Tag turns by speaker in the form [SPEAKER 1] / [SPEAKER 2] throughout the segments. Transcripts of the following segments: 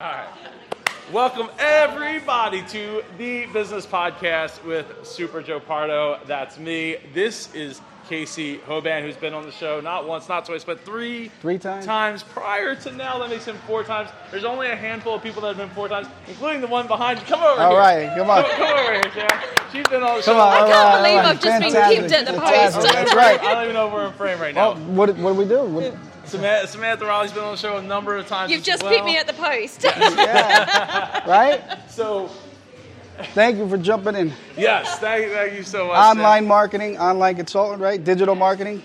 [SPEAKER 1] All right. Welcome, everybody, to the Business Podcast with Super Joe Pardo. That's me. This is Casey Hoban, who's been on the show not once, not twice, but three
[SPEAKER 2] Three times?
[SPEAKER 1] times prior to now. That makes him four times. There's only a handful of people that have been four times, including the one behind you. Come over
[SPEAKER 2] All
[SPEAKER 1] here.
[SPEAKER 2] right, come on.
[SPEAKER 1] Come, come over here, Sarah. She's been on the
[SPEAKER 2] Come
[SPEAKER 1] show.
[SPEAKER 2] on.
[SPEAKER 1] I
[SPEAKER 2] all
[SPEAKER 1] don't-
[SPEAKER 2] right, all
[SPEAKER 3] believe
[SPEAKER 2] right.
[SPEAKER 3] I've just been
[SPEAKER 2] Fantastic,
[SPEAKER 3] peeped at the
[SPEAKER 2] fantastic.
[SPEAKER 3] post.
[SPEAKER 2] That's right.
[SPEAKER 1] I don't even know if we're in frame right
[SPEAKER 2] Oh,
[SPEAKER 1] now.
[SPEAKER 2] what, did- what do we do? What,
[SPEAKER 1] Samantha, Samantha Riley's been on the show a number of times.
[SPEAKER 3] You've
[SPEAKER 1] as
[SPEAKER 3] just
[SPEAKER 1] well.
[SPEAKER 3] picked me at the post.
[SPEAKER 2] yeah. right?
[SPEAKER 1] So,
[SPEAKER 2] Thank you for jumping in.
[SPEAKER 1] yes, thank you, thank you so much. Sarah.
[SPEAKER 2] Online marketing, online consultant, right? Digital marketing.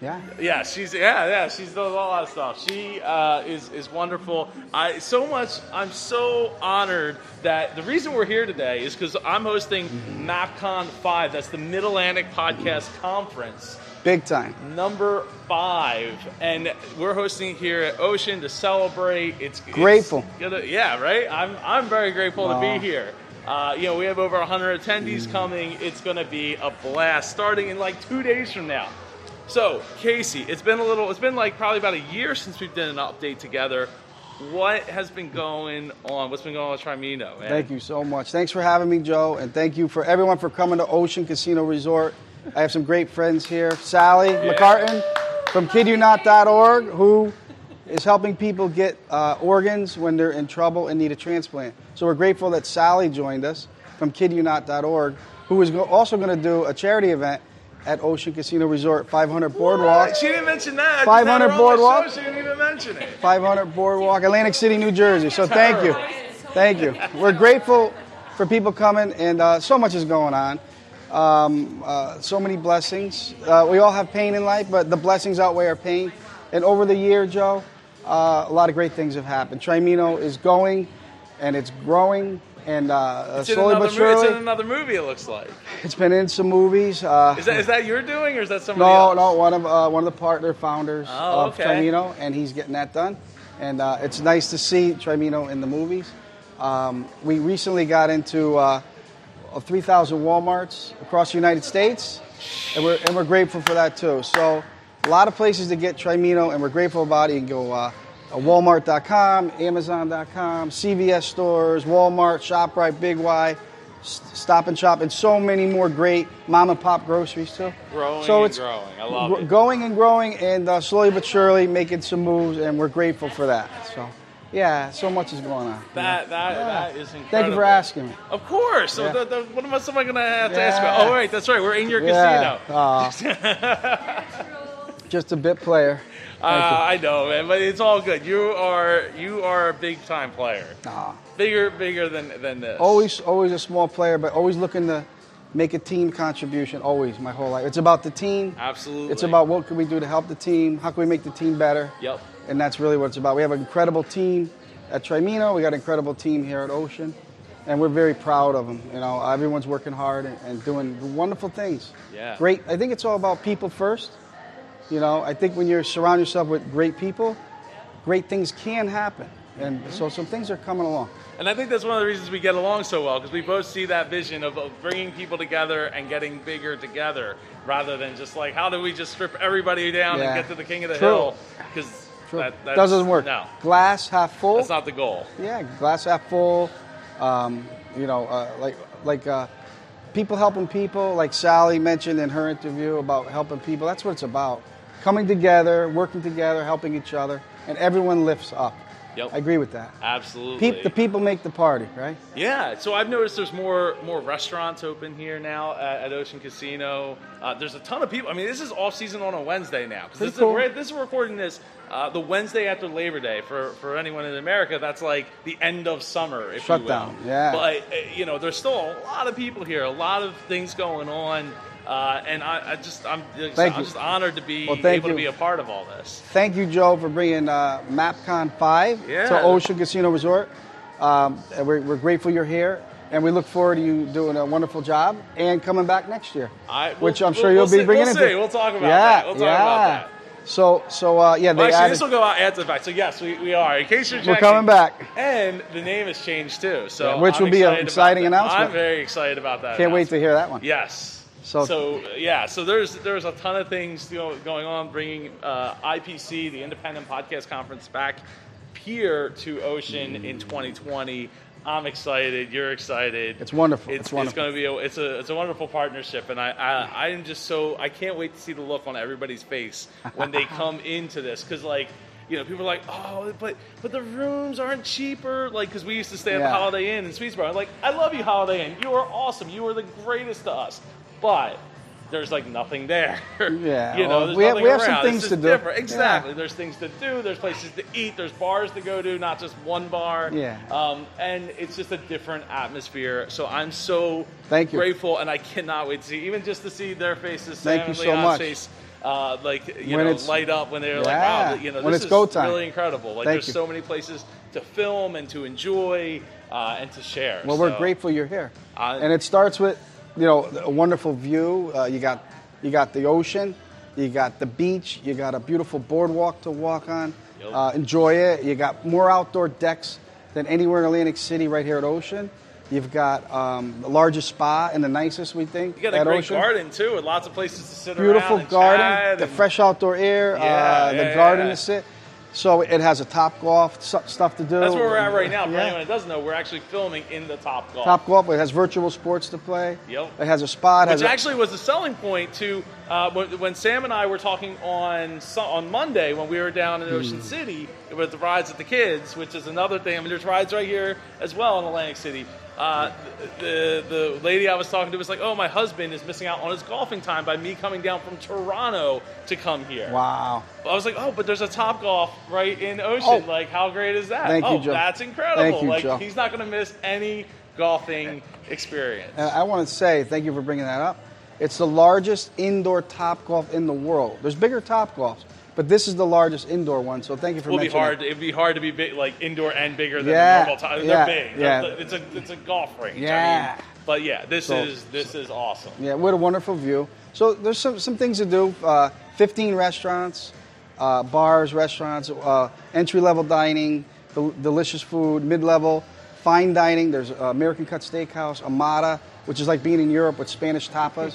[SPEAKER 2] Yeah.
[SPEAKER 1] Yeah, she's yeah, yeah, she's does all that stuff. She uh, is is wonderful. I so much. I'm so honored that the reason we're here today is because I'm hosting MapCon Five. That's the Mid Atlantic Podcast Conference
[SPEAKER 2] Big time.
[SPEAKER 1] number five, and we're hosting here at Ocean to celebrate. It's it's
[SPEAKER 2] Grateful.
[SPEAKER 1] gonna- yeah, right. I'm I'm very grateful to
[SPEAKER 2] Wow.
[SPEAKER 1] be here. Uh, you know, we have over 100
[SPEAKER 2] Mm.
[SPEAKER 1] attendees coming. It's going to be a blast, starting in like two days from now. So, Casey, it's been a little. It's been like probably about a year since we've done an update together. What has been going on? What's been going on with Trimino? Man?
[SPEAKER 2] Thank you so much. Thanks for having me, Joe, and thank you for everyone for coming to Ocean Casino Resort. I have some great friends here. Sally McCartan from KidYouNot.org, who is helping people get uh, organs when they're in trouble and need a transplant. So we're grateful that Sally joined us from KidYouNot.org, who is go- also going to do a charity event at Ocean Casino Resort 500 Boardwalk.
[SPEAKER 1] She didn't mention that.
[SPEAKER 2] 500
[SPEAKER 1] Now we're on the show,
[SPEAKER 2] boardwalk.
[SPEAKER 1] She didn't even mention it.
[SPEAKER 2] 500 Boardwalk, Atlantic City, New Jersey. So thank you. Thank you. We're grateful for people coming, and uh, so much is going on. Um, uh, so many blessings. Uh, we all have pain in life, but the blessings outweigh our pain. And over the year, Joe, uh, a lot of great things have happened. Trimino is going, and it's growing, and uh,
[SPEAKER 1] It's in,
[SPEAKER 2] slowly
[SPEAKER 1] another
[SPEAKER 2] but
[SPEAKER 1] movie, it's in
[SPEAKER 2] surely,
[SPEAKER 1] another movie. It looks like.
[SPEAKER 2] it's been in some movies. Uh,
[SPEAKER 1] Is that is that your doing or is that somebody
[SPEAKER 2] no,
[SPEAKER 1] else?
[SPEAKER 2] no, one of uh, one of the partner founders
[SPEAKER 1] Oh,
[SPEAKER 2] of
[SPEAKER 1] okay.
[SPEAKER 2] Trimino, and he's getting that done. And uh, it's nice to see Trimino in the movies. Um, we recently got into uh, 3,000 WalMarts across the United States, and we're and we're grateful for that too. So a lot of places to get Trimino, and we're grateful about it. You can go. Uh, uh, Walmart.com, Amazon.com, CVS stores, Walmart, ShopRite, Big Y, S- Stop and Shop, and so many more great mom and pop groceries too
[SPEAKER 1] Growing
[SPEAKER 2] so
[SPEAKER 1] and
[SPEAKER 2] it's
[SPEAKER 1] growing. I love
[SPEAKER 2] gr-
[SPEAKER 1] it.
[SPEAKER 2] Going and growing, and uh, slowly but surely making some moves, and we're grateful for that. So, yeah, so much is going on.
[SPEAKER 1] That that that is incredible.
[SPEAKER 2] Thank you for asking me.
[SPEAKER 1] Of course. So
[SPEAKER 2] Yeah.
[SPEAKER 1] th- th- what am I? Somebody gonna have to ask
[SPEAKER 2] Yeah.
[SPEAKER 1] about? Oh, right. That's right. We're in your
[SPEAKER 2] Yeah,
[SPEAKER 1] casino. Uh,
[SPEAKER 2] aw. just a bit player.
[SPEAKER 1] Uh, I know, man, but it's all good. You are you are a big time player.
[SPEAKER 2] Aw.
[SPEAKER 1] Bigger, bigger than than this.
[SPEAKER 2] Always, always a small player, but always looking to make a team contribution. Always, my whole life. It's about the team.
[SPEAKER 1] Absolutely.
[SPEAKER 2] It's about what can we do to help the team. How can we make the team better?
[SPEAKER 1] Yep.
[SPEAKER 2] And that's really what it's about. We have an incredible team at Trimino. We got an incredible team here at Ocean, and we're very proud of them. You know, everyone's working hard and, and doing wonderful things.
[SPEAKER 1] Yeah.
[SPEAKER 2] Great. I think it's all about people first. You know, I think when you surround yourself with great people, great things can happen. And so some things are coming along.
[SPEAKER 1] And I think that's one of the reasons we get along so well because we both see that vision of, of bringing people together and getting bigger together rather than just like how do we just strip everybody down
[SPEAKER 2] Yeah.
[SPEAKER 1] and get to the king of the
[SPEAKER 2] True.
[SPEAKER 1] hill because that that's-
[SPEAKER 2] doesn't work.
[SPEAKER 1] No,
[SPEAKER 2] Glass half full.
[SPEAKER 1] that's not the goal.
[SPEAKER 2] Yeah, glass half full. Um, you know, uh, like like uh, people helping people, like Sally mentioned in her interview about helping people. That's what it's about: coming together, working together, helping each other, and everyone lifts up.
[SPEAKER 1] Yep.
[SPEAKER 2] I agree with that.
[SPEAKER 1] Absolutely.
[SPEAKER 2] Peop the people make the party, right?
[SPEAKER 1] Yeah, so I've noticed there's more more restaurants open here now at, at Ocean Casino. Uh, there's a ton of people. I mean, this is off season on a Wednesday now. 'Cause
[SPEAKER 2] Pretty
[SPEAKER 1] this, is-
[SPEAKER 2] cool.
[SPEAKER 1] we're, this is recording this uh, the Wednesday after Labor Day for, for anyone in America. That's like the end of summer, if
[SPEAKER 2] Shutdown,
[SPEAKER 1] you will.
[SPEAKER 2] yeah.
[SPEAKER 1] But uh, you know, there's still a lot of people here, a lot of things going on, uh, and I, I just I'm,
[SPEAKER 2] Thank
[SPEAKER 1] I'm
[SPEAKER 2] you.
[SPEAKER 1] just honored to be
[SPEAKER 2] Well, thank
[SPEAKER 1] able to
[SPEAKER 2] you.
[SPEAKER 1] be a part of all this.
[SPEAKER 2] Thank you, Joe, for bringing uh, MapCon 5
[SPEAKER 1] Yeah.
[SPEAKER 2] to Ocean Casino Resort. Um, and we're, we're grateful you're here, and we look forward to you doing a wonderful job and coming back next year,
[SPEAKER 1] I- we'll-
[SPEAKER 2] which I'm sure
[SPEAKER 1] we'll-
[SPEAKER 2] you'll
[SPEAKER 1] we'll
[SPEAKER 2] be
[SPEAKER 1] see-
[SPEAKER 2] bringing
[SPEAKER 1] we'll
[SPEAKER 2] in.
[SPEAKER 1] see. We'll talk about that. We'll talk about that.
[SPEAKER 2] So, so uh, yeah, they
[SPEAKER 1] Well, actually,
[SPEAKER 2] added,
[SPEAKER 1] this will go out after the fact. So yes, we, we are. In case you're
[SPEAKER 2] We're
[SPEAKER 1] checking-
[SPEAKER 2] coming back.
[SPEAKER 1] And the name has changed too. So
[SPEAKER 2] Yeah, which
[SPEAKER 1] I'm
[SPEAKER 2] will be an
[SPEAKER 1] excited about
[SPEAKER 2] exciting
[SPEAKER 1] that.
[SPEAKER 2] announcement.
[SPEAKER 1] I'm very excited about that.
[SPEAKER 2] can't wait to hear that one.
[SPEAKER 1] Yes. So,
[SPEAKER 2] So-
[SPEAKER 1] uh, yeah, so there's there's a ton of things you know, going on, bringing uh, IPC, the Independent Podcast Conference, back peer to Ocean in 2020. I'm excited. You're excited.
[SPEAKER 2] It's wonderful.
[SPEAKER 1] It's,
[SPEAKER 2] It's wonderful.
[SPEAKER 1] going to be a, it's a it's a wonderful partnership, and I, I I'm just so I can't wait to see the look on everybody's face when they come into this because like you know people are like oh but but the rooms aren't cheaper like because we used to stay at the
[SPEAKER 2] Yeah.
[SPEAKER 1] Holiday Inn in Swedesboro. I'm like I love you Holiday Inn. You are awesome. You are the greatest to us, but. There's like nothing there.
[SPEAKER 2] Yeah,
[SPEAKER 1] you know, there's
[SPEAKER 2] well, we have-
[SPEAKER 1] nothing
[SPEAKER 2] we have some
[SPEAKER 1] around. This
[SPEAKER 2] things
[SPEAKER 1] is
[SPEAKER 2] to do.
[SPEAKER 1] different.
[SPEAKER 2] Yeah.
[SPEAKER 1] Exactly. There's things to do. There's places to eat. There's bars to go to, not just one bar.
[SPEAKER 2] Yeah.
[SPEAKER 1] Um, and it's just a different atmosphere. So I'm so
[SPEAKER 2] Thank you.
[SPEAKER 1] grateful, and I cannot wait to see even just to see their faces.
[SPEAKER 2] Thank
[SPEAKER 1] Sam
[SPEAKER 2] you
[SPEAKER 1] and
[SPEAKER 2] so
[SPEAKER 1] Leon's
[SPEAKER 2] much.
[SPEAKER 1] Face, uh, like you
[SPEAKER 2] When
[SPEAKER 1] know,
[SPEAKER 2] it's-
[SPEAKER 1] light up when they're
[SPEAKER 2] Yeah,
[SPEAKER 1] like, wow, you know,
[SPEAKER 2] when
[SPEAKER 1] this
[SPEAKER 2] it's go
[SPEAKER 1] is
[SPEAKER 2] time.
[SPEAKER 1] really incredible. Like
[SPEAKER 2] Thank
[SPEAKER 1] there's
[SPEAKER 2] you.
[SPEAKER 1] so many places to film and to enjoy uh, and to share.
[SPEAKER 2] Well, we're
[SPEAKER 1] So-
[SPEAKER 2] grateful you're here,
[SPEAKER 1] I-
[SPEAKER 2] and it starts with, you know, a wonderful view. Uh, you got, you got the ocean, you got the beach, you got a beautiful boardwalk to walk on.
[SPEAKER 1] Yep.
[SPEAKER 2] Uh, enjoy it. You got more outdoor decks than anywhere in Atlantic City, right here at Ocean. You've got um, the largest spa and the nicest, we think,
[SPEAKER 1] You got a
[SPEAKER 2] at
[SPEAKER 1] great
[SPEAKER 2] Ocean.
[SPEAKER 1] garden too, and lots of places to sit
[SPEAKER 2] Beautiful
[SPEAKER 1] around. and
[SPEAKER 2] garden,
[SPEAKER 1] chat
[SPEAKER 2] the
[SPEAKER 1] and-
[SPEAKER 2] fresh outdoor air,
[SPEAKER 1] Yeah,
[SPEAKER 2] uh, the
[SPEAKER 1] yeah,
[SPEAKER 2] garden
[SPEAKER 1] yeah.
[SPEAKER 2] to sit. So it has a top golf su- stuff to do.
[SPEAKER 1] That's where we're at right now. For
[SPEAKER 2] Yeah.
[SPEAKER 1] anyone that doesn't know, we're actually filming in the Top Golf.
[SPEAKER 2] Top golf. It has virtual sports to play.
[SPEAKER 1] Yep.
[SPEAKER 2] It has a spot.
[SPEAKER 1] which
[SPEAKER 2] has a-
[SPEAKER 1] actually was the selling point to uh, when, when Sam and I were talking on Su- on Monday when we were down in Ocean
[SPEAKER 2] Hmm.
[SPEAKER 1] City with the rides with the kids, which is another thing. I mean, there's rides right here as well in Atlantic City. Uh, the the lady I was talking to was like, "Oh, my husband is missing out on his golfing time by me coming down from Toronto to come here."
[SPEAKER 2] wow.
[SPEAKER 1] I was like, "Oh, but there's a Top Golf right in Ocean.
[SPEAKER 2] Oh.
[SPEAKER 1] Like, how great is that?
[SPEAKER 2] Thank you,
[SPEAKER 1] oh,
[SPEAKER 2] Joe.
[SPEAKER 1] that's incredible!
[SPEAKER 2] Thank you,
[SPEAKER 1] like,
[SPEAKER 2] Joe.
[SPEAKER 1] he's not going to miss any golfing experience."
[SPEAKER 2] And I want to say thank you for bringing that up. It's the largest indoor top golf in the world. There's bigger top golfs, but this is the largest indoor one. So thank you for
[SPEAKER 1] It'll be
[SPEAKER 2] mentioning.
[SPEAKER 1] hard. It'd be hard to be big, like indoor and bigger than
[SPEAKER 2] Yeah,
[SPEAKER 1] a normal time. They're
[SPEAKER 2] yeah,
[SPEAKER 1] big.
[SPEAKER 2] yeah.
[SPEAKER 1] It's a it's a golf range.
[SPEAKER 2] Yeah.
[SPEAKER 1] I mean, but yeah, this
[SPEAKER 2] So-
[SPEAKER 1] is this is awesome.
[SPEAKER 2] Yeah, what a wonderful view. So there's some, some things to do. Uh, 15 restaurants, uh, bars, restaurants, uh, entry level dining, del- delicious food, mid level, fine dining. There's uh, American Cut Steakhouse, Amada, which is like being in Europe with Spanish tapas.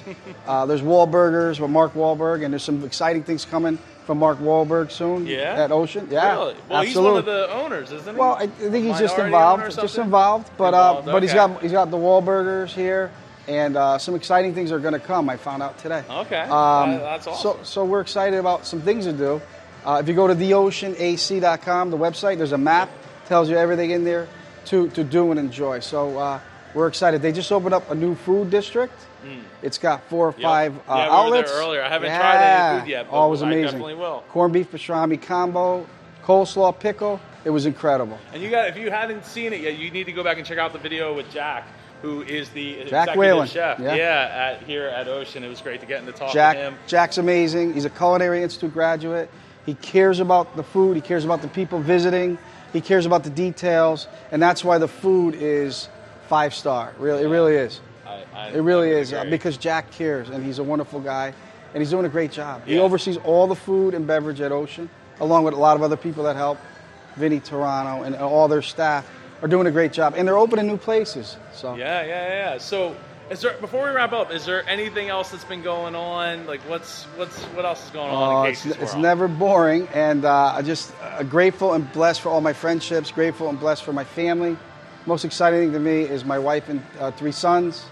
[SPEAKER 2] uh, there's Wahlburgers with Mark Wahlberg, and there's some exciting things coming from Mark Wahlberg soon
[SPEAKER 1] Yeah.
[SPEAKER 2] at Ocean. Yeah,
[SPEAKER 1] Really? Well,
[SPEAKER 2] absolutely.
[SPEAKER 1] he's one of the owners, isn't he?
[SPEAKER 2] Well, I I think he's just
[SPEAKER 1] Minority
[SPEAKER 2] involved,
[SPEAKER 1] owner or
[SPEAKER 2] just
[SPEAKER 1] something?
[SPEAKER 2] involved. But
[SPEAKER 1] Involved,
[SPEAKER 2] uh, but he's
[SPEAKER 1] okay.
[SPEAKER 2] got he's got the Wahlburgers here, and uh, some exciting things are going to come. I found out today. Um,
[SPEAKER 1] Okay. That- that's awesome.
[SPEAKER 2] So so we're excited about some things to do. Uh, if you go to theoceanac.com, the website, there's a map tells you everything in there to to do and enjoy. So uh, we're excited. They just opened up a new food district.
[SPEAKER 1] Hmm.
[SPEAKER 2] It's got four or
[SPEAKER 1] Yep.
[SPEAKER 2] five uh,
[SPEAKER 1] Yeah, we were there
[SPEAKER 2] outlets.
[SPEAKER 1] earlier. I haven't tried any of the food yet, but
[SPEAKER 2] oh, it was
[SPEAKER 1] I
[SPEAKER 2] amazing.
[SPEAKER 1] definitely will.
[SPEAKER 2] Corned beef pastrami combo, coleslaw pickle. It was incredible.
[SPEAKER 1] And you got if you haven't seen it yet, you need to go back and check out the video with Jack, who is the
[SPEAKER 2] Jack
[SPEAKER 1] executive
[SPEAKER 2] Whalen,
[SPEAKER 1] chef.
[SPEAKER 2] yeah.
[SPEAKER 1] at, here at Ocean, it was great to get in to talk
[SPEAKER 2] Jack,
[SPEAKER 1] to him.
[SPEAKER 2] Jack's amazing. He's a culinary institute graduate. He cares about the food. He cares about the people visiting. He cares about the details, and that's why the food is five star. Really, it really is.
[SPEAKER 1] I, I,
[SPEAKER 2] It really
[SPEAKER 1] I
[SPEAKER 2] is uh,
[SPEAKER 1] agree.
[SPEAKER 2] because Jack cares, and he's a wonderful guy, and he's doing a great job. He
[SPEAKER 1] Yeah.
[SPEAKER 2] oversees all the food and beverage at Ocean, along with a lot of other people that help. Vinny Toronto and all their staff are doing a great job, and they're opening new places. So
[SPEAKER 1] Yeah, yeah, yeah. So, is there before we wrap up? Is there anything else that's been going on? Like, what's what's what else is going on?
[SPEAKER 2] Oh,
[SPEAKER 1] in
[SPEAKER 2] it's,
[SPEAKER 1] Casey's
[SPEAKER 2] it's
[SPEAKER 1] world?
[SPEAKER 2] never boring, and uh, I just uh, grateful and blessed for all my friendships. Grateful and blessed for my family. Most exciting thing to me is my wife and uh, three sons,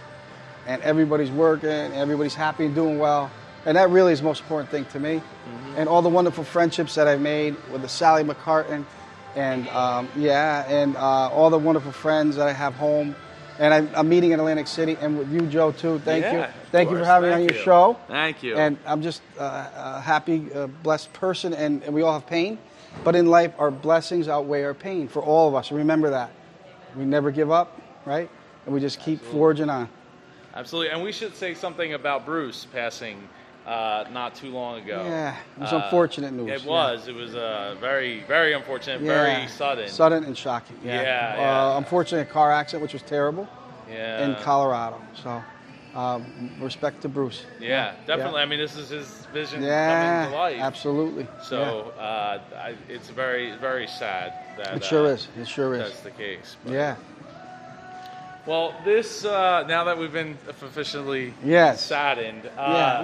[SPEAKER 2] and everybody's working, and everybody's happy and doing well, and that really is the most important thing to me.
[SPEAKER 1] Mm-hmm.
[SPEAKER 2] And all the wonderful friendships that I've made with the Sally McCartan, and um, yeah, and uh, all the wonderful friends that I have home. And I'm, I'm meeting in Atlantic City, and with you, Joe, too. Thank
[SPEAKER 1] Yeah,
[SPEAKER 2] you,
[SPEAKER 1] of
[SPEAKER 2] thank you for
[SPEAKER 1] course.
[SPEAKER 2] having me
[SPEAKER 1] Thank
[SPEAKER 2] on your
[SPEAKER 1] you.
[SPEAKER 2] show.
[SPEAKER 1] Thank you.
[SPEAKER 2] And I'm just uh, a happy, uh, blessed person, and, and we all have pain. But in life, our blessings outweigh our pain for all of us. Remember that. We never give up, right? And we just keep forging on.
[SPEAKER 1] Absolutely. And we should say something about Bruce passing uh, not too long ago.
[SPEAKER 2] Yeah, it was
[SPEAKER 1] Uh,
[SPEAKER 2] unfortunate news,
[SPEAKER 1] It
[SPEAKER 2] yeah.
[SPEAKER 1] was. It was uh, very, very unfortunate. Very sudden.
[SPEAKER 2] Sudden and shocking. Yeah.
[SPEAKER 1] Yeah,
[SPEAKER 2] uh,
[SPEAKER 1] yeah.
[SPEAKER 2] Unfortunate car accident, which was terrible
[SPEAKER 1] Yeah.
[SPEAKER 2] in Colorado. So, um, respect to Bruce.
[SPEAKER 1] Yeah, definitely. I mean, this is his vision
[SPEAKER 2] Yeah,
[SPEAKER 1] coming to life.
[SPEAKER 2] absolutely.
[SPEAKER 1] So uh, I, it's very, very sad that
[SPEAKER 2] yeah. it sure
[SPEAKER 1] uh,
[SPEAKER 2] is. It sure is.
[SPEAKER 1] that's the case. But-
[SPEAKER 2] Yeah.
[SPEAKER 1] Well, this uh, now that we've been officially
[SPEAKER 2] Yes.
[SPEAKER 1] saddened. Uh,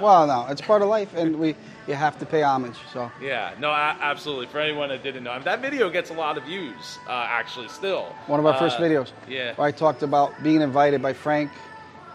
[SPEAKER 2] yeah. Well, no, it's part of life, and we you have to pay homage. So
[SPEAKER 1] yeah, no, a- absolutely. For anyone that didn't know, that video gets a lot of views, uh, actually, still.
[SPEAKER 2] one of our
[SPEAKER 1] Uh,
[SPEAKER 2] first videos,
[SPEAKER 1] Yeah.
[SPEAKER 2] where I talked about being invited by Frank,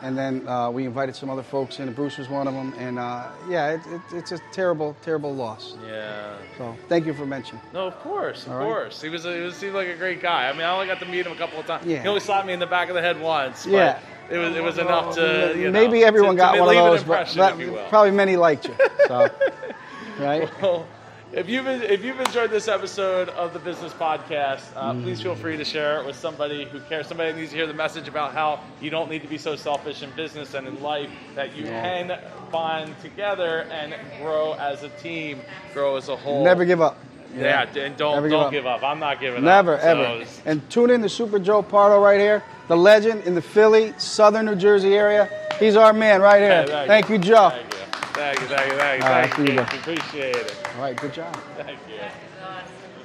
[SPEAKER 2] and then uh, we invited some other folks in. and Bruce was one of them, and uh, yeah, it, it, it's a terrible, terrible loss.
[SPEAKER 1] Yeah.
[SPEAKER 2] So thank you for mentioning.
[SPEAKER 1] No, of course, of
[SPEAKER 2] All right.
[SPEAKER 1] course. He was he was, seemed like a great guy. I mean, I only got to meet him a couple of times.
[SPEAKER 2] Yeah.
[SPEAKER 1] He only slapped me in the back of the head once. But
[SPEAKER 2] Yeah.
[SPEAKER 1] It was it was enough to you know,
[SPEAKER 2] Maybe
[SPEAKER 1] to-
[SPEAKER 2] everyone
[SPEAKER 1] to
[SPEAKER 2] got one
[SPEAKER 1] leave
[SPEAKER 2] of
[SPEAKER 1] an
[SPEAKER 2] those, but
[SPEAKER 1] impression,
[SPEAKER 2] that-
[SPEAKER 1] if you will.
[SPEAKER 2] probably many liked you. So, right?
[SPEAKER 1] Well, if you've if you've enjoyed this episode of the Business Podcast, uh,
[SPEAKER 2] Mm.
[SPEAKER 1] please feel free to share it with somebody who cares. Somebody that needs to hear the message about how you don't need to be so selfish in business and in life that you
[SPEAKER 2] Yeah.
[SPEAKER 1] can bond together and grow as a team, grow as a whole.
[SPEAKER 2] Never give up.
[SPEAKER 1] Yeah, and don't
[SPEAKER 2] Never give
[SPEAKER 1] don't
[SPEAKER 2] up.
[SPEAKER 1] give up. I'm not giving
[SPEAKER 2] Never,
[SPEAKER 1] up. So
[SPEAKER 2] ever.
[SPEAKER 1] it's-
[SPEAKER 2] And tune in to Super Joe Pardo right here, the legend in the Philly, southern New Jersey area. He's our man right here.
[SPEAKER 1] Hey,
[SPEAKER 2] Thank you, Joe.
[SPEAKER 1] Thank you. Thank you. Thank you. Thank you.
[SPEAKER 2] All right,
[SPEAKER 1] Thank
[SPEAKER 2] see you,
[SPEAKER 1] you. Appreciate it.
[SPEAKER 2] All right, good job.
[SPEAKER 1] Thank you.